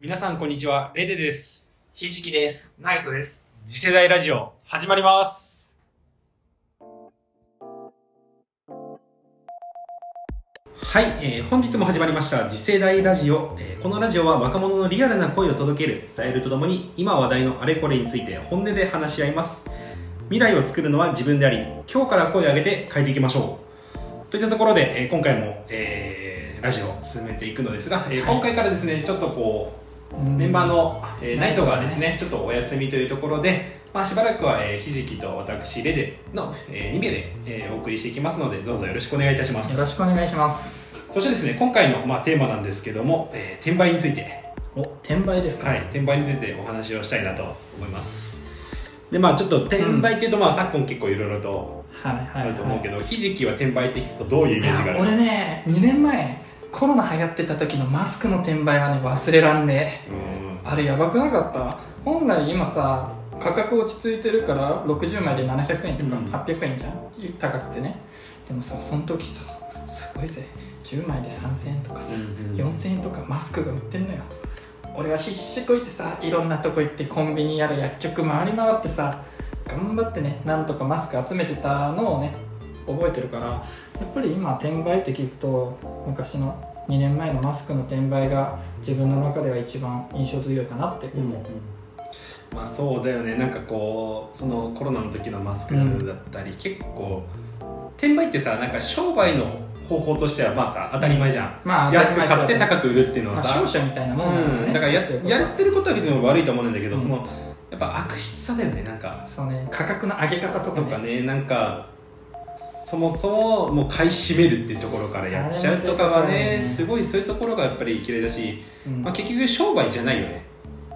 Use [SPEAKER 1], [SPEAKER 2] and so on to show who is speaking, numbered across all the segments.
[SPEAKER 1] 皆さんこんにちは、レデです。
[SPEAKER 2] ひじきです。
[SPEAKER 3] ナイトです。
[SPEAKER 1] 次世代ラジオ、始まります。
[SPEAKER 3] はい、えー本日も始まりました次世代ラジオ、えーこのラジオは若者のリアルな声を届ける伝えるとともに今話題のあれこれについて本音で話し合います未来を作るのは自分であり今日から声を上げて変えていきましょうといったところで、えー今回も、えーラジオを進めていくのですが、えー
[SPEAKER 2] はい
[SPEAKER 3] 今回からですねちょっとこうメンバーの、えーナイトがですねちょっとお休みというところでまあ、しばらくは、えーひじきと私レデの、え2名で、えーお送りしていきますのでどうぞよろしくお願いいたします
[SPEAKER 2] よろしくお願いします。
[SPEAKER 3] そしてですね、今回の、まあ、テーマなんですけども、えー転売について、
[SPEAKER 2] お、転売ですか、
[SPEAKER 3] はい、転売についてお話をしたいなと思います。で、まあちょっと転売っていうと、まあ昨今結構いろいろと
[SPEAKER 2] はい、はいはい。
[SPEAKER 3] あると思うけど、ひじきは転売って聞くとどういうイメージがあ
[SPEAKER 2] い
[SPEAKER 3] る
[SPEAKER 2] や俺ね、2年前、コロナ流行ってた時のマスクの転売はね、忘れらんねえ。
[SPEAKER 3] うん
[SPEAKER 2] あれやばくなかった本来今さ、価格落ち着いてるから、60枚で700円とか
[SPEAKER 3] うん
[SPEAKER 2] 800円じゃん、高くてね。でもさ、その時さ、すごいぜ。10枚で3000円とかさ、4000円とかマスクが売ってんのよ俺は必死こいてさいろんなとこ行ってコンビニやら薬局回り回ってさ頑張ってねなんとかマスク集めてたのをね覚えてるからやっぱり今転売って聞くと昔の2年前のマスクの転売が自分の中では一番印象強いかなって
[SPEAKER 3] うん
[SPEAKER 2] 思う、
[SPEAKER 3] まあそうだよね、なんかこう、そのコロナの時のマスクだったり、結構、転売ってさ、なんか商売の方法としては、まあさ、当たり前じゃん。
[SPEAKER 2] まあ
[SPEAKER 3] 安く買って高
[SPEAKER 2] く
[SPEAKER 3] く売るっていうのはさ、
[SPEAKER 2] 商社みたいなもんなんだよ
[SPEAKER 3] う
[SPEAKER 2] ね、
[SPEAKER 3] ん、だからや
[SPEAKER 2] ってることは
[SPEAKER 3] やってることは別に悪いと思うんだけど、
[SPEAKER 2] うん
[SPEAKER 3] そのやっぱ悪質さだよねなんか
[SPEAKER 2] そうね価格の上げ方とか
[SPEAKER 3] と
[SPEAKER 2] ね
[SPEAKER 3] かねなんかそもそももう買い占めるっていうところからやっちゃうとかは
[SPEAKER 2] あれ
[SPEAKER 3] ね
[SPEAKER 2] もそ
[SPEAKER 3] すごいそういうところがやっぱり嫌いだし、
[SPEAKER 2] うん
[SPEAKER 3] まあ、結局商売じゃないよね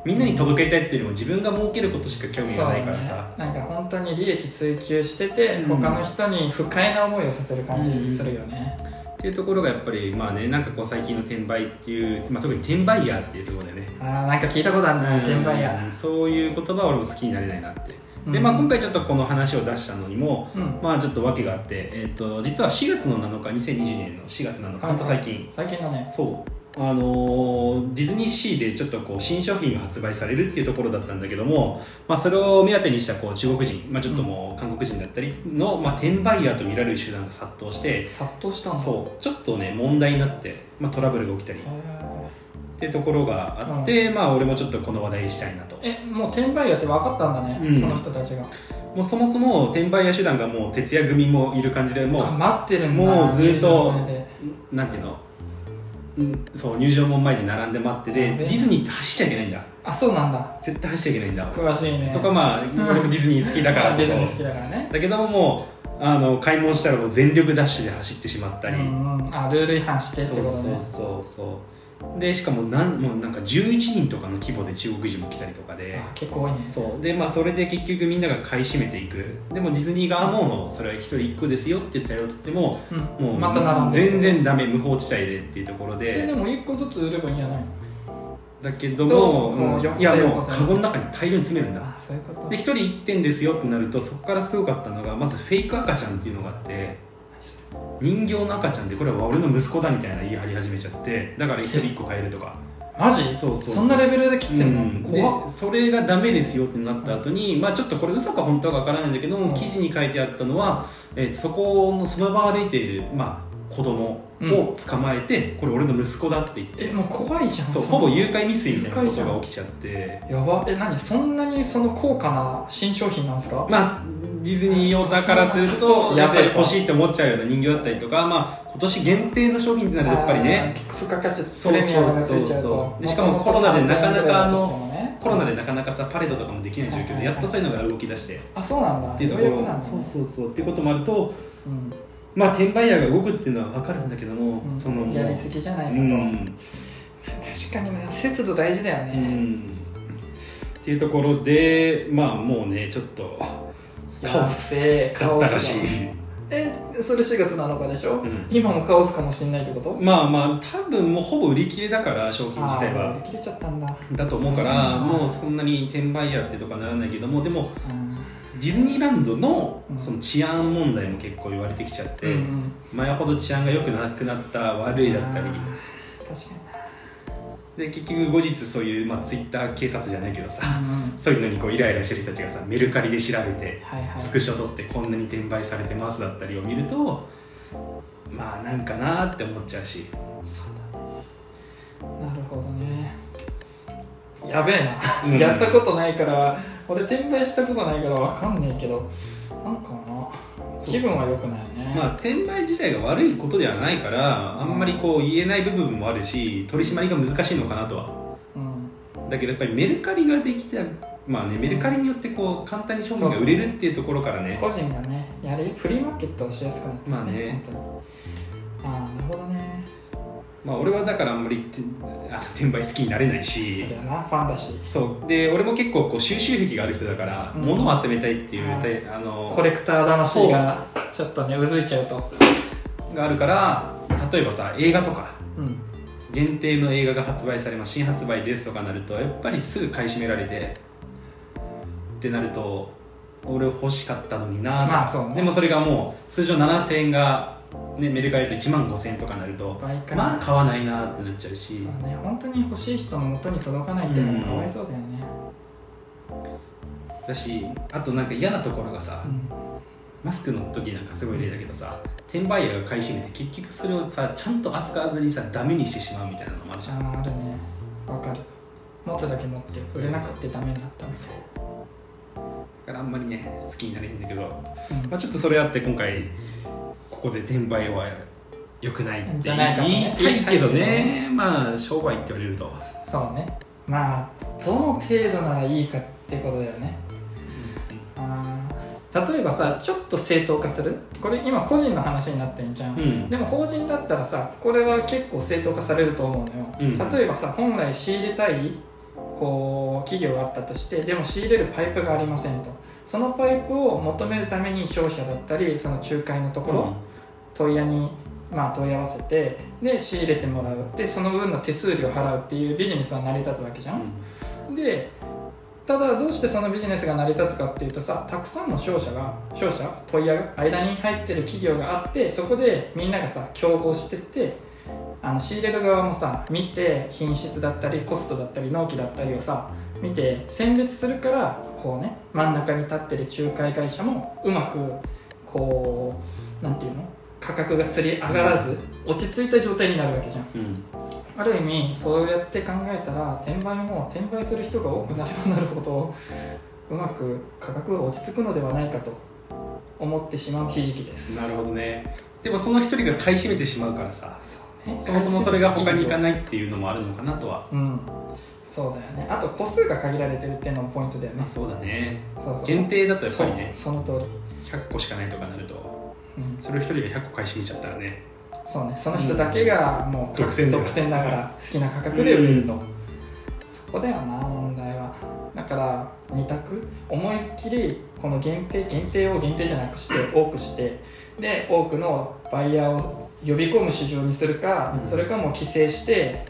[SPEAKER 3] みんなに届けたいっていうよりも自分が儲けることしか興味がないからさ、
[SPEAKER 2] そうね、なんか本当に利益追求してて、
[SPEAKER 3] うん
[SPEAKER 2] 他の人に不快な思いをさせる感じするよね、
[SPEAKER 3] っていうところがやっぱりまあねなんかこう最近の転売っていう、まあ、特に転売ヤーっていうところだよね
[SPEAKER 2] ああなんか聞いたことあるな、転売や、
[SPEAKER 3] うんそういう言葉は俺も好きになれないなって、でまあ今回ちょっとこの話を出したのにも、
[SPEAKER 2] うん
[SPEAKER 3] まあちょっと訳があって、えー、と実は4月の7日2020年の4月7日
[SPEAKER 2] はい
[SPEAKER 3] ほんと最近
[SPEAKER 2] 最近だね
[SPEAKER 3] そうあのーディズニーシーでちょっとこう新商品が発売されるっていうところだったんだけども、まあ、それを目当てにしたこう中国人、まあ、ちょっともう韓国人だったりの、まあ、転売ヤーと見られる集団が殺到して
[SPEAKER 2] 殺到したのう
[SPEAKER 3] そうちょっとね問題になって、まあ、トラブルが起きたりっていうところがあって、まあ俺もちょっとこの話題にしたいなと
[SPEAKER 2] えもう転売やって分かったんだね、
[SPEAKER 3] うん
[SPEAKER 2] その人たちが
[SPEAKER 3] もうそもそも転売ヤー集団がもう徹夜組もいる感じでもう
[SPEAKER 2] あ待ってるんだ
[SPEAKER 3] もうずっと
[SPEAKER 2] 入場前で
[SPEAKER 3] なんていうのうんそう入場門前に並んで待ってで
[SPEAKER 2] やべ
[SPEAKER 3] ディズニーって走っちゃいけないんだ
[SPEAKER 2] あそうなんだ
[SPEAKER 3] 絶対走っちゃいけないんだ
[SPEAKER 2] 詳しいね
[SPEAKER 3] そこはまあ俺もディズニー好きだからこ
[SPEAKER 2] ディズニー好
[SPEAKER 3] そ
[SPEAKER 2] きだからね
[SPEAKER 3] だけどももうあの買い物したらもう全力ダッシュで走ってしまったり、
[SPEAKER 2] うんうん、あルール違反してって
[SPEAKER 3] そ
[SPEAKER 2] こと
[SPEAKER 3] う
[SPEAKER 2] ね
[SPEAKER 3] そうそうそうでしかもなんもうなんか11人とかの規模で中国人も来たりとかで
[SPEAKER 2] あ結構多いね
[SPEAKER 3] そうでまあそれで結局みんなが買い占めていくでもディズニー側もそれは一人一個ですよって対応を取っても
[SPEAKER 2] う
[SPEAKER 3] も
[SPEAKER 2] ん、
[SPEAKER 3] う
[SPEAKER 2] また並んでる
[SPEAKER 3] 全然ダメ無法地帯でっていうところ
[SPEAKER 2] えでも1個ずつ売ればいいんじゃないの
[SPEAKER 3] だけど
[SPEAKER 2] ど
[SPEAKER 3] も、
[SPEAKER 2] うこう
[SPEAKER 3] うんいや
[SPEAKER 2] 横
[SPEAKER 3] も
[SPEAKER 2] 線
[SPEAKER 3] う
[SPEAKER 2] 横線
[SPEAKER 3] カゴの中に大量に詰めるんだ
[SPEAKER 2] あそういうこと
[SPEAKER 3] で1人1点ですよってなるとそこからすごかったのがまずフェイク赤ちゃんっていうのがあって人形の赤ちゃんでこれは俺の息子だみたいな言い張り始めちゃってだから1人1個買えるとか
[SPEAKER 2] マジ
[SPEAKER 3] そうそうそう
[SPEAKER 2] そんなレベルで切って
[SPEAKER 3] うん
[SPEAKER 2] の、
[SPEAKER 3] んで
[SPEAKER 2] 怖っ
[SPEAKER 3] それがダメですよってなった後に、まあちょっとこれ嘘か本当かわからないんだけど
[SPEAKER 2] うん
[SPEAKER 3] も記事に書いてあったのは、えーそこのその場を歩いている、まあ、子供を捕まえて、これ俺の息子だって言って
[SPEAKER 2] えもう怖いじゃん
[SPEAKER 3] そう
[SPEAKER 2] そん
[SPEAKER 3] ほぼ
[SPEAKER 2] な
[SPEAKER 3] 誘拐未遂みたいなことが起きちゃって
[SPEAKER 2] やばえ何そんなにその高価な新商品なんですか
[SPEAKER 3] まあディズニーオーターからすると
[SPEAKER 2] や
[SPEAKER 3] や
[SPEAKER 2] っ
[SPEAKER 3] っ
[SPEAKER 2] ぱ
[SPEAKER 3] ぱ
[SPEAKER 2] り
[SPEAKER 3] り欲しいと思っちゃうような人形だったりとか、まあ、今年限定の商品ってなるとやっぱりね
[SPEAKER 2] あー付加価値
[SPEAKER 3] そうそうそうそう
[SPEAKER 2] プレミアムがついちゃうと
[SPEAKER 3] でしかもコロナでなかなかあの
[SPEAKER 2] 元々3000円ぐらいだとしてもね
[SPEAKER 3] コロナでなかなかさパレードとかもできない状況でやっとそういうのが動き出してっ
[SPEAKER 2] あそうなんだ
[SPEAKER 3] ていうとこ
[SPEAKER 2] ようやくなん
[SPEAKER 3] ろ
[SPEAKER 2] だ
[SPEAKER 3] そう
[SPEAKER 2] ね
[SPEAKER 3] そうそうっていうこともあると
[SPEAKER 2] うん
[SPEAKER 3] まあ転売ヤーが動くっていうのは分かるんだけども、
[SPEAKER 2] うん
[SPEAKER 3] その
[SPEAKER 2] やりすぎじゃないか
[SPEAKER 3] う
[SPEAKER 2] と、
[SPEAKER 3] ん
[SPEAKER 2] 確かにね節度大事だよ
[SPEAKER 3] う
[SPEAKER 2] ね、
[SPEAKER 3] んっていうところでまあもうねちょっとカオスだったらしい
[SPEAKER 2] カオスだえそれ4月7日でしょ、
[SPEAKER 3] うん
[SPEAKER 2] 今もカオスかもしれないってこと
[SPEAKER 3] まあまあ多分もうほぼ売り切れだから商品自体
[SPEAKER 2] あー
[SPEAKER 3] は
[SPEAKER 2] 売り切れちゃったんだ、
[SPEAKER 3] だと思うから、
[SPEAKER 2] うん
[SPEAKER 3] もうそんなに転売ヤーってとかならないけどもでも
[SPEAKER 2] うん
[SPEAKER 3] ディズニーランドの
[SPEAKER 2] うん
[SPEAKER 3] その治安問題も結構言われてきちゃって、
[SPEAKER 2] うん
[SPEAKER 3] 前ほど治安が良くなくなった悪いだったり
[SPEAKER 2] あー確かにな
[SPEAKER 3] で結局後日そういう、まあ、ツイッター警察じゃないけどさ
[SPEAKER 2] うん
[SPEAKER 3] そういうのにこうイライラしてる人たちがさメルカリで調べて
[SPEAKER 2] はいはい
[SPEAKER 3] スクショ撮ってこんなに転売されてますだったりを見るとまあなんかなって思っちゃうし
[SPEAKER 2] そうだねなるほどねやべえな、
[SPEAKER 3] うん
[SPEAKER 2] やったことないから俺転売したことないからわかんねえけどなんかな
[SPEAKER 3] そう
[SPEAKER 2] 気分は良くないね、
[SPEAKER 3] まあ転売自体が悪いことではないからあんまりこう言えない部分もあるし取り締まりが難しいのかなとは
[SPEAKER 2] うん
[SPEAKER 3] だけどやっぱりメルカリができたまあねメルカリによってこう簡単に商品が売れるっていうところからね
[SPEAKER 2] 個人がねやりフリーマーケットをしやすくなって
[SPEAKER 3] まあね
[SPEAKER 2] 本当にああなるほどね
[SPEAKER 3] まあ俺はだからあんまりてあ転売好きになれない
[SPEAKER 2] そ
[SPEAKER 3] し
[SPEAKER 2] りゃなファンだし
[SPEAKER 3] そうで俺も結構こう収集癖がある人だから、
[SPEAKER 2] うん
[SPEAKER 3] 物を集めたいっていう、
[SPEAKER 2] はい
[SPEAKER 3] タイあの
[SPEAKER 2] コレクター魂がちょっとねうずいちゃうと
[SPEAKER 3] があるから例えばさ映画とか
[SPEAKER 2] うん
[SPEAKER 3] 限定の映画が発売されます新発売ですとかなるとやっぱりすぐ買い占められてってなると俺欲しかったのになと
[SPEAKER 2] まあそうね
[SPEAKER 3] でもそれがもう通常7000円が、ね、メルカリだと1万5000円とかなると
[SPEAKER 2] 倍か
[SPEAKER 3] まあ買わないなってなっちゃうし
[SPEAKER 2] そうね本当に欲しい人の元に届かないっていうのはかわいそうだよね
[SPEAKER 3] だしあとなんか嫌なところがさ、
[SPEAKER 2] うん
[SPEAKER 3] マスクの時なんかすごい例だけどさ転売ヤーが買い占めて結局それをさちゃんと扱わずにさダメにしてしまうみたいなのもあるじゃん
[SPEAKER 2] あああるねわかる持っただけ持って
[SPEAKER 3] そうそうそう
[SPEAKER 2] 売れなくてダメになったんです
[SPEAKER 3] そ
[SPEAKER 2] よ
[SPEAKER 3] うだからあんまりね好きになれへんだけど、
[SPEAKER 2] うん
[SPEAKER 3] まあ、ちょっとそれあって今回ここで転売は良くないって
[SPEAKER 2] じ
[SPEAKER 3] 言い
[SPEAKER 2] ゃないかもね
[SPEAKER 3] たいけどね
[SPEAKER 2] 言いたい
[SPEAKER 3] まあ商売って言われると
[SPEAKER 2] そうねまあどの程度ならいいかってことだよねあー例えばさちょっと正当化するこれ今個人の話になってんじゃん、
[SPEAKER 3] うん
[SPEAKER 2] でも法人だったらさこれは結構正当化されると思うのよ、
[SPEAKER 3] うん
[SPEAKER 2] 例えばさ本来仕入れたいこう企業があったとしてでも仕入れるパイプがありませんとそのパイプを求めるために商社だったりその仲介のところ、問屋に、まあ、問い合わせてで仕入れてもらうでその分の手数料払うっていうビジネスは成り立つわけじゃん、でただどうしてそのビジネスが成り立つかっていうとさたくさんの商社が商社問屋が間に入ってる企業があってそこでみんながさ競合してってあの仕入れる側もさ見て品質だったりコストだったり納期だったりをさ見て選別するからこうね真ん中に立ってる仲介会社もうまくこうなんていうの価格が釣り上がらず落ち着いた状態になるわけじゃん
[SPEAKER 3] うんうん
[SPEAKER 2] ある意味そうやって考えたら転売も転売する人が多くなればなるほどうまく価格が落ち着くのではないかと思ってしまうひじきです
[SPEAKER 3] なるほどねでもその一人が買い占めてしまうからさ
[SPEAKER 2] そうね
[SPEAKER 3] そもそもそれが他に行か
[SPEAKER 2] い
[SPEAKER 3] ないっていうのもあるのかなとは
[SPEAKER 2] うんそうだよねあと個数が限られてるっていうのもポイントだよね
[SPEAKER 3] まあそうだね
[SPEAKER 2] そうそう
[SPEAKER 3] 限定だとやっぱ
[SPEAKER 2] そう
[SPEAKER 3] りね
[SPEAKER 2] その通り、
[SPEAKER 3] 100個しかないとかなると
[SPEAKER 2] うん、
[SPEAKER 3] それを1人が100個買い占めちゃったらね
[SPEAKER 2] そうねその人だけがもう
[SPEAKER 3] 独占だよ
[SPEAKER 2] 独占だから好きな価格で売れると、そこだよな問題はだから2択思いっきりこの限定限定を限定じゃなくして多くしてで多くのバイヤーを呼び込む市場にするか、
[SPEAKER 3] うん
[SPEAKER 2] それかもう規制して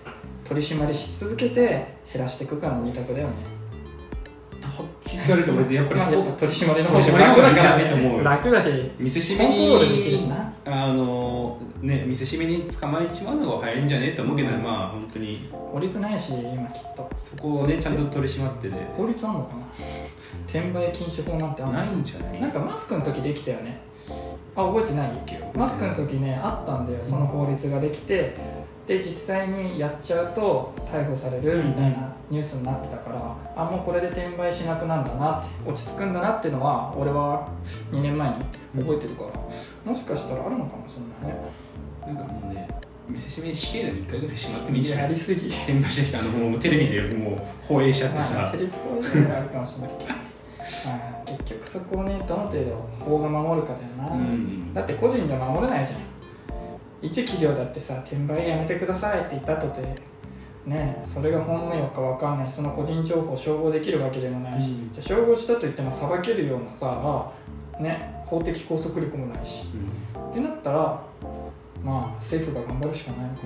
[SPEAKER 2] 取り締まりし続けて減らしていくかの2択だよね
[SPEAKER 3] どっちって言われると俺でやっぱり
[SPEAKER 2] まあやっぱ
[SPEAKER 3] こ
[SPEAKER 2] 取り締まりの方が
[SPEAKER 3] 取り締
[SPEAKER 2] 楽
[SPEAKER 3] まりの方がいい
[SPEAKER 2] だ
[SPEAKER 3] ん
[SPEAKER 2] か
[SPEAKER 3] じゃ
[SPEAKER 2] ら、
[SPEAKER 3] ないと思うよ
[SPEAKER 2] ね、楽だし
[SPEAKER 3] う見せしめ
[SPEAKER 2] コントロールできるし
[SPEAKER 3] に
[SPEAKER 2] な
[SPEAKER 3] あのね見せしめに捕まえちまうのが早いんじゃねって思うけどまあ本当に
[SPEAKER 2] 法律ないし今きっと
[SPEAKER 3] そこをねちゃんと取り締まってね
[SPEAKER 2] 法律あんのかな転売禁止法なんてあんの
[SPEAKER 3] ないんじゃない
[SPEAKER 2] なんかマスクの時できたよねあ覚えてないマスクの時ねあったんだよその法律ができてで実際にやっちゃうと逮捕されるみたいなニュースになってたからあもうこれで転売しなくなるんだなって落ち着くんだなっていうのは俺は2年前に覚えてるから、もしかしたらあるのかもしれないね
[SPEAKER 3] なんかもうね見せしめに死刑でも1回ぐらいしまってもいいんじゃな
[SPEAKER 2] や
[SPEAKER 3] い
[SPEAKER 2] りすぎ
[SPEAKER 3] 転売してきたあのもうテレビでもう放映しちゃって
[SPEAKER 2] まあ、
[SPEAKER 3] さ
[SPEAKER 2] テレビ放映があるかもしれないけどまあ結局そこをねどの程度法が守るかだよな、
[SPEAKER 3] うん
[SPEAKER 2] だって個人じゃ守れないじゃん一企業だってさ転売やめてくださいって言ったとてねえそれが本名か分かんないその個人情報を照合できるわけでもないし、
[SPEAKER 3] うん
[SPEAKER 2] じゃあ照合したといっても裁けるようなさね法的拘束力もないし
[SPEAKER 3] うん
[SPEAKER 2] ってなったらまあ政府が頑張るしかないのか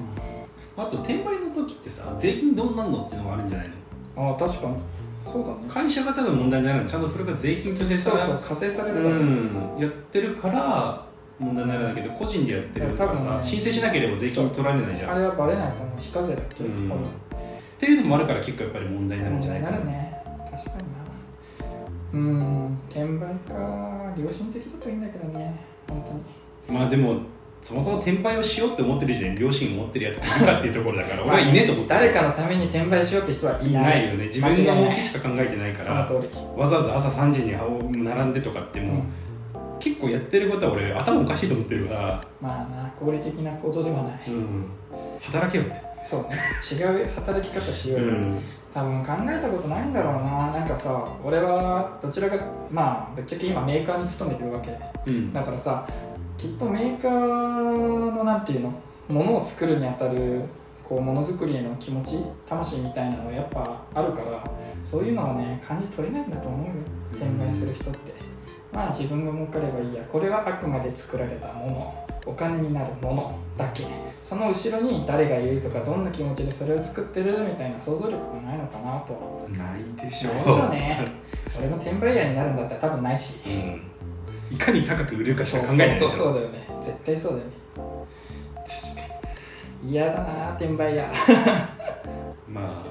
[SPEAKER 3] あと転売の時ってさ税金どうなんのっていうのがあるんじゃないの
[SPEAKER 2] なああ確かにそうだね
[SPEAKER 3] 会社が多分問題になるのちゃんとそれが税金としてさ
[SPEAKER 2] そうそう課税されるから、
[SPEAKER 3] うん、やってるから問題にならないけど個人でやってるから
[SPEAKER 2] 多分
[SPEAKER 3] さ
[SPEAKER 2] ね
[SPEAKER 3] 申請しなければ税金取られないじゃ
[SPEAKER 2] あ
[SPEAKER 3] ん
[SPEAKER 2] れはバレないと思う非課税だっけ、
[SPEAKER 3] うん
[SPEAKER 2] 多分
[SPEAKER 3] っていうのもあるから結構やっぱり問題になるんじゃないか
[SPEAKER 2] な
[SPEAKER 3] な
[SPEAKER 2] るね確かになうん転売か良心的だといいんだけどね本当に
[SPEAKER 3] まあでもそもそも転売をしようって思ってる時点で両親を持ってるやつがいるかっていうところだから俺はいねえと思ってる
[SPEAKER 2] 誰かのために転売しようって人はい
[SPEAKER 3] い
[SPEAKER 2] な
[SPEAKER 3] ないいよね自分の
[SPEAKER 2] 間違いな
[SPEAKER 3] 儲
[SPEAKER 2] い
[SPEAKER 3] けしか考えてないか
[SPEAKER 2] そ
[SPEAKER 3] ら
[SPEAKER 2] の通り
[SPEAKER 3] わざわざ朝3時に並んでとかって
[SPEAKER 2] う
[SPEAKER 3] も
[SPEAKER 2] ん
[SPEAKER 3] う、結構やってることは俺頭おかしいと思ってるから、
[SPEAKER 2] まあな合理的な行動ではない、
[SPEAKER 3] うん、働けよって、
[SPEAKER 2] そうね違う働き方しよう
[SPEAKER 3] う
[SPEAKER 2] よ、
[SPEAKER 3] ん
[SPEAKER 2] 多分考えたことないんだろうななんかさ俺はどちらかまあぶっちゃけ今メーカーに勤めてるわけ
[SPEAKER 3] うん
[SPEAKER 2] だからさきっとメーカーのなんていうのものを作るにあたるこうものづくりへの気持ち魂みたいなのはやっぱあるからそういうのはね感じ取れないんだと思うよ転売する人って、まあ自分が儲かればいいやこれはあくまで作られたものお金になるものだけその後ろに誰がいるとかどんな気持ちでそれを作ってるみたいな想像力がないのかなとは
[SPEAKER 3] ないでしょ
[SPEAKER 2] ないでしょうね俺も転売屋になるんだったら多分ないし
[SPEAKER 3] うん、いかに高く売れるかしか考えてないでし
[SPEAKER 2] そ
[SPEAKER 3] ょ
[SPEAKER 2] うそうそうだよね絶対そうだよね確かに嫌だな転売屋
[SPEAKER 3] まあ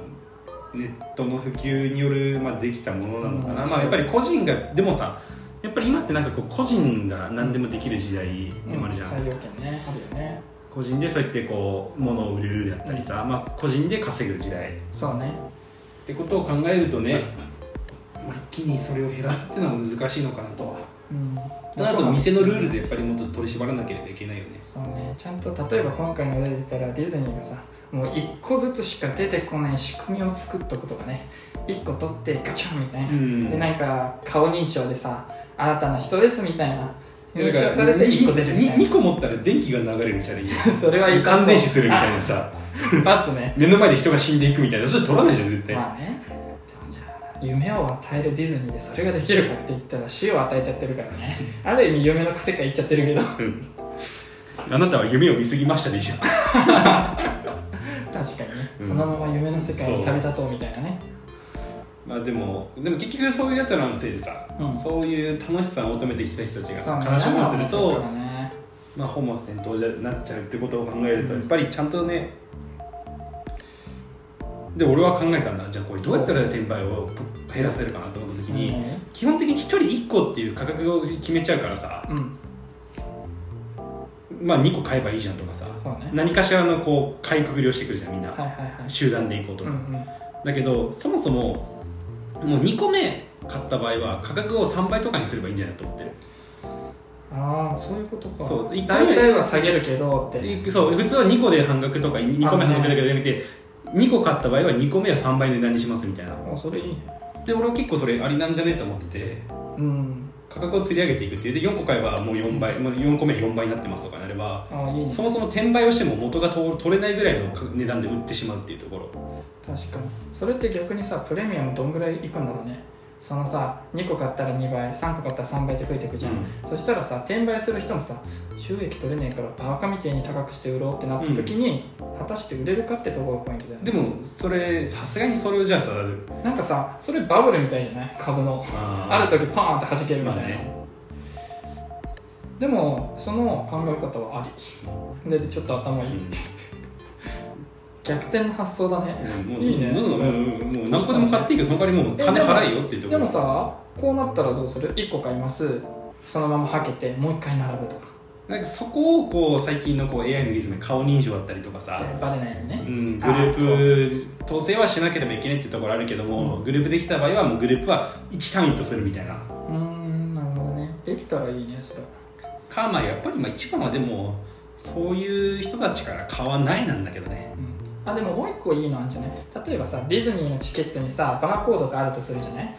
[SPEAKER 3] ネットの普及による、まあ、できたものなのかな、
[SPEAKER 2] うん
[SPEAKER 3] まあ、やっぱり個人がでもさやっぱり今ってなんかこう個人が何でもできる時代でもあるじゃん、
[SPEAKER 2] 採用権ねあるよね
[SPEAKER 3] 個人でそうやってこう物を売れるであったりさ、まあ、個人で稼ぐ時代っ
[SPEAKER 2] そうね
[SPEAKER 3] てことを考えるとね、まあ、一気にそれを減らすっていうのは難しいのかなとは
[SPEAKER 2] うん
[SPEAKER 3] あと店のルールでやっぱりもっと取り縛らなければいけないよね
[SPEAKER 2] そうねちゃんと例えば今回の例で言ったらディズニーがさもう1個ずつしか出てこない仕組みを作っとくとかね1個取ってガチャンみたいな、
[SPEAKER 3] ん
[SPEAKER 2] でなんか顔認証でさ新たな人ですみたいな認
[SPEAKER 3] だから
[SPEAKER 2] 証されて1個出るみたいな
[SPEAKER 3] 2個持ったら電気が流れるじゃない
[SPEAKER 2] それは痛そう
[SPEAKER 3] 感電死するみたいなさ
[SPEAKER 2] 一発ね
[SPEAKER 3] 目の前で人が死んでいくみたいなそれ取らないじゃん絶対、
[SPEAKER 2] まあねでもじゃあ夢を与えるディズニーでそれができるかって言ったら死を与えちゃってるからねある意味夢の癖がいっちゃってるけ ど
[SPEAKER 3] うんあなたは夢を見すぎましたでいいじゃん
[SPEAKER 2] 確かにね、
[SPEAKER 3] うん
[SPEAKER 2] そのまま夢の世界に旅立とうみたいなね
[SPEAKER 3] まあでもでも結局そういうやつらのせいでさ、
[SPEAKER 2] うん
[SPEAKER 3] そういう楽しさを求めてきた人たちが
[SPEAKER 2] そう
[SPEAKER 3] さ
[SPEAKER 2] ね
[SPEAKER 3] 悲しみをする
[SPEAKER 2] そう
[SPEAKER 3] と、
[SPEAKER 2] だね
[SPEAKER 3] まあ、本末転倒じゃなっちゃうってことを考えると
[SPEAKER 2] う
[SPEAKER 3] や
[SPEAKER 2] ん
[SPEAKER 3] っぱりちゃんとねで俺は考えたんだじゃあこれどうやったら転売を減らせるかなと思った時に、基本的に1人1個っていう価格を決めちゃうからさ、
[SPEAKER 2] うん
[SPEAKER 3] まあ、2個買えばいいじゃんとかさ
[SPEAKER 2] そうね
[SPEAKER 3] 何かしらのこう買いくぐりをしてくるじゃんみんな、
[SPEAKER 2] はいはいはい
[SPEAKER 3] 集団で行こうと
[SPEAKER 2] う
[SPEAKER 3] か、
[SPEAKER 2] んうん
[SPEAKER 3] だけどそもそももう2個目買った場合は価格を3倍とかにすればいいんじゃないと思ってる
[SPEAKER 2] ああそういうことか
[SPEAKER 3] そう一回
[SPEAKER 2] 大
[SPEAKER 3] 目
[SPEAKER 2] 体は下げるけどって
[SPEAKER 3] そう普通は2個で半額とか2個目半額だけどやめて2個買った場合は2個目は3倍の値段にしますみたいな
[SPEAKER 2] あそれいいね
[SPEAKER 3] で俺は結構それありなんじゃねと思ってて
[SPEAKER 2] うん
[SPEAKER 3] 価格を釣り上げていくっていうで4個買えばもう4倍もう4個目は4倍になってますとかなれば
[SPEAKER 2] ああいいね
[SPEAKER 3] そもそも転売をしても元が取取れないぐらいの値段で売ってしまうっていうところ
[SPEAKER 2] 確かにそれって逆にさプレミアムどんぐらいいくんだろうねそのさ2個買ったら2倍3個買ったら3倍って増えていくじゃん、そしたらさ転売する人もさ収益取れねえからバカみてえに高くして売ろうってなった時に、果たして売れるかってところがポイントだよ
[SPEAKER 3] で
[SPEAKER 2] ね
[SPEAKER 3] もそれさすがにそれをじゃあさ
[SPEAKER 2] なんかさそれバブルみたいじゃない株のある時パーンって弾けるみ
[SPEAKER 3] まあ
[SPEAKER 2] たいな、
[SPEAKER 3] ね
[SPEAKER 2] でもその考え方はありでちょっと頭いい、逆転の発想だね
[SPEAKER 3] もう
[SPEAKER 2] いいね
[SPEAKER 3] どんどんもうもう何個でも買っていいけどその代わりもう金払えよっていうとこ
[SPEAKER 2] で
[SPEAKER 3] ろ
[SPEAKER 2] もさこうなったらどうする1個買いますそのままはけてもう1回並ぶとか
[SPEAKER 3] なんかそこをこう最近のこう AI のリズム顔認証だったりとかさ、
[SPEAKER 2] バレないように
[SPEAKER 3] う
[SPEAKER 2] ね
[SPEAKER 3] ん、グループ統制はしなければいけないってところあるけども、
[SPEAKER 2] うん
[SPEAKER 3] グループできた場合はもうグループは1ターミットするみたいな
[SPEAKER 2] うーんなるほどねできたらいいねそれ
[SPEAKER 3] かまあやっぱりまあ一番はでもそういう人たちから買わないなんだけどね
[SPEAKER 2] あでももう一個いいのあるんじゃない例えばさディズニーのチケットにさバーコードがあるとするじゃない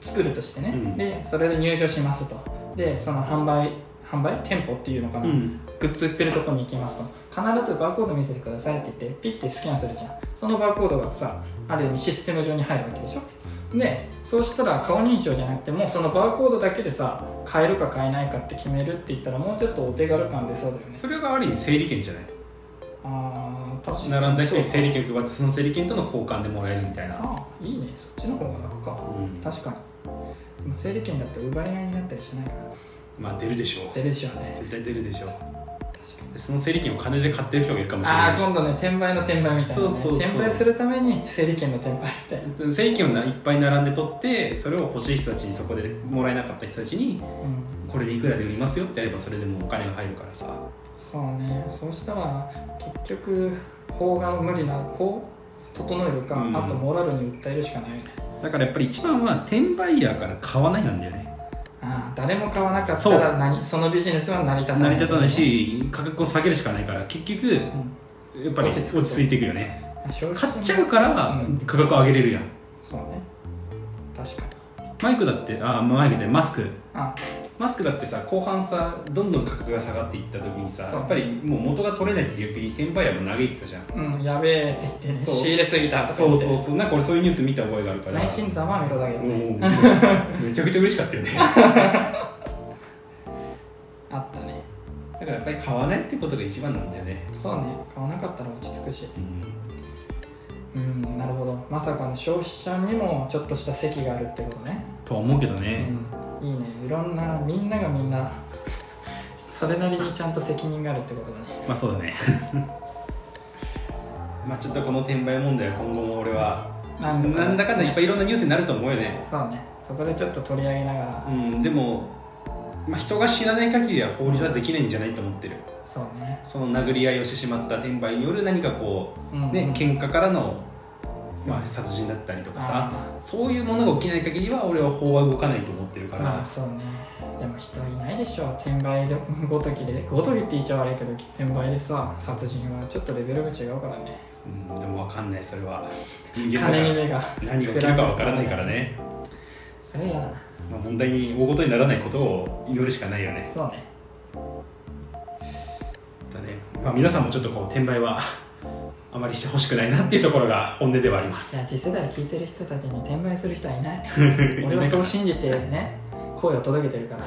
[SPEAKER 2] 作るとしてね、
[SPEAKER 3] うん
[SPEAKER 2] でそれで入場しますとでその販売販売店舗っていうのか
[SPEAKER 3] う
[SPEAKER 2] な、
[SPEAKER 3] ん
[SPEAKER 2] グッズ売ってるとこに行きますと必ずバーコード見せてくださいって言ってピッてスキャンするじゃんそのバーコードがさある意味システム上に入るわけでしょでそうしたら顔認証じゃなくてもうそのバーコードだけでさ買えるか買えないかって決めるって言ったらもうちょっとお手軽感出そうだよね
[SPEAKER 3] それがある意味整理券じゃない
[SPEAKER 2] あー確かに
[SPEAKER 3] 並んだ人に
[SPEAKER 2] そうか
[SPEAKER 3] 整理券配ってその整理券との交換でもらえるみたいな、
[SPEAKER 2] ああいいねそっちの方が楽か
[SPEAKER 3] うん
[SPEAKER 2] 確かにでも整理券だって奪い合いになったりしないから
[SPEAKER 3] まあ出るでしょう
[SPEAKER 2] 出るでしょうね
[SPEAKER 3] 絶対出るでしょうでその整理券を金で買ってる人がいるかもしれ
[SPEAKER 2] あ
[SPEAKER 3] な
[SPEAKER 2] あ
[SPEAKER 3] い
[SPEAKER 2] 今
[SPEAKER 3] し
[SPEAKER 2] 度ね転売の転売みたいな、ね、
[SPEAKER 3] そうそうそう
[SPEAKER 2] 転売するために整理券の転売みたいな、
[SPEAKER 3] 整理券をないっぱい並んで取ってそれを欲しい人たちにそこでもらえなかった人たちに
[SPEAKER 2] うん、
[SPEAKER 3] これでいくらで売りますよってやればそれでもうお金が入るからさ
[SPEAKER 2] そうねそうしたら結局法が無理な法整えるか、
[SPEAKER 3] うん
[SPEAKER 2] あとモラルに訴えるしかないよね
[SPEAKER 3] だからやっぱり一番は転売ヤーから買わないなんだよね
[SPEAKER 2] ああ誰も買わなかった
[SPEAKER 3] そう
[SPEAKER 2] ら何そのビジネスは成り立た
[SPEAKER 3] 成
[SPEAKER 2] ない
[SPEAKER 3] り立たないし価格を下げるしかないから結局
[SPEAKER 2] う
[SPEAKER 3] や
[SPEAKER 2] ん
[SPEAKER 3] っぱり
[SPEAKER 2] 落ち着く
[SPEAKER 3] 落ち着いていくよね
[SPEAKER 2] 消費者
[SPEAKER 3] 買
[SPEAKER 2] も
[SPEAKER 3] っちゃうから
[SPEAKER 2] うん
[SPEAKER 3] 価格を上げれるやん
[SPEAKER 2] そうね確かに
[SPEAKER 3] マイクだってあマイクじゃないマスク
[SPEAKER 2] あ
[SPEAKER 3] マスクだってさ後半さどんどん価格が下がっていった時にさ
[SPEAKER 2] そう
[SPEAKER 3] やっぱりもう元が取れないって逆に転売ヤーも嘆いてたじゃん
[SPEAKER 2] うんやべえって言ってね
[SPEAKER 3] そう
[SPEAKER 2] 仕入れすぎたとか
[SPEAKER 3] そ
[SPEAKER 2] 言
[SPEAKER 3] う
[SPEAKER 2] って
[SPEAKER 3] そうそうなんか俺そういうニュース見た覚えがあるから
[SPEAKER 2] 内心ざまみただけど
[SPEAKER 3] もう
[SPEAKER 2] ね
[SPEAKER 3] めちゃくちゃ嬉しかったよね
[SPEAKER 2] あったね
[SPEAKER 3] だからやっぱり買わないってことが一番なんだよね
[SPEAKER 2] そうね買わなかったら落ち着くし
[SPEAKER 3] うん
[SPEAKER 2] うんなるほどまさかの消費者にもちょっとした席があるってことね
[SPEAKER 3] とは思うけどね、
[SPEAKER 2] うん、いいねいろんなみんながみんな それなりにちゃんと責任があるってことだね
[SPEAKER 3] まあそうだね まあちょっとこの転売問題は今後も俺は
[SPEAKER 2] なんとか
[SPEAKER 3] なんだかんだいっぱいいろんなニュースになると思うよね
[SPEAKER 2] そうねそこでちょっと取り上げながら、
[SPEAKER 3] うんでも、まあ、人が死なない限りは法律はできないんじゃないと思ってる
[SPEAKER 2] そうね、
[SPEAKER 3] その殴り合いをしてしまった転売による何かこ
[SPEAKER 2] うん
[SPEAKER 3] うね、喧嘩からの、まあ、殺人だったりとかさ
[SPEAKER 2] あ
[SPEAKER 3] そういうものが起きない限りは俺は法は動かないと思ってるか
[SPEAKER 2] ー
[SPEAKER 3] ら、
[SPEAKER 2] まあそうねでも人いないでしょ転売でごときでごときって言っちゃ悪いけど転売でさ殺人はちょっとレベルが違うからね
[SPEAKER 3] うん、でも分かんないそれ は人間だか
[SPEAKER 2] 金
[SPEAKER 3] ら
[SPEAKER 2] に目が
[SPEAKER 3] 何が起きるか分からないからね、
[SPEAKER 2] それやだな
[SPEAKER 3] まあ、問題に大ごとにならないことを祈るしかないよね
[SPEAKER 2] そうね
[SPEAKER 3] だね、まあ、皆さんもちょっとこう転売は あまりしてほしくないなっていうところが本音ではありま
[SPEAKER 2] い
[SPEAKER 3] す
[SPEAKER 2] や次世代聞いてる人たちに転売する人はいない俺
[SPEAKER 3] 俺
[SPEAKER 2] は
[SPEAKER 3] は
[SPEAKER 2] そ
[SPEAKER 3] そう う
[SPEAKER 2] 信じてね声を届けてるから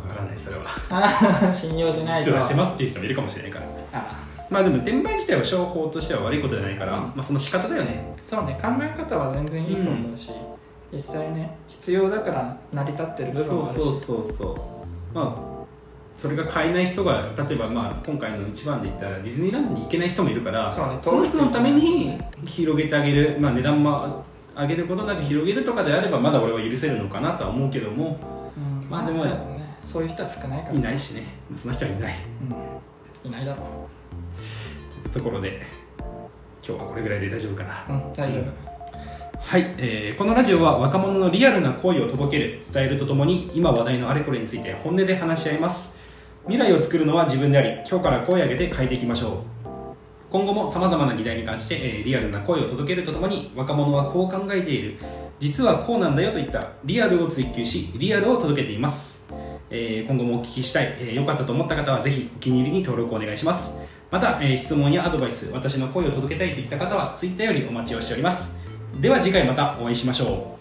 [SPEAKER 3] 分からないそれは
[SPEAKER 2] あー信用しないと
[SPEAKER 3] 実はしてますっていう人もいるかもしれないから
[SPEAKER 2] あ
[SPEAKER 3] まあでも転売自体は商法としては悪いことじゃないから、まあその仕方だよね
[SPEAKER 2] そうね考え方は全然いいと思うし、実際ね必要だから成り立ってる部分もあるし
[SPEAKER 3] そうそうまあそれが買えない人が例えばまあ今回の一番で言ったらディズニーランドに行けない人もいるから
[SPEAKER 2] そうね
[SPEAKER 3] の人のために広げてあげる、まあ、値段も上げることなく広げるとかであればまだ俺は許せるのかなとは思うけども
[SPEAKER 2] うん
[SPEAKER 3] まあでも
[SPEAKER 2] ねそういう人は少ないから
[SPEAKER 3] いないしねまあその人はいない
[SPEAKER 2] うん、いないだろう、
[SPEAKER 3] というところで今日はこれぐらいで大丈夫かな
[SPEAKER 2] うん、大丈夫、
[SPEAKER 3] うんはい、えーこのラジオは若者のリアルな声を届ける伝えるとともに今話題のあれこれについて本音で話し合います未来を作るのは自分であり今日から声を上げて変えていきましょう今後もさまざまな議題に関して、えーリアルな声を届けるとともに若者はこう考えている実はこうなんだよといったリアルを追求しリアルを届けています、えー今後もお聞きしたい、えー良かったと思った方はぜひお気に入りに登録お願いしますまた、えー質問やアドバイス私の声を届けたいといった方は Twitter よりお待ちをしておりますでは次回またお会いしましょう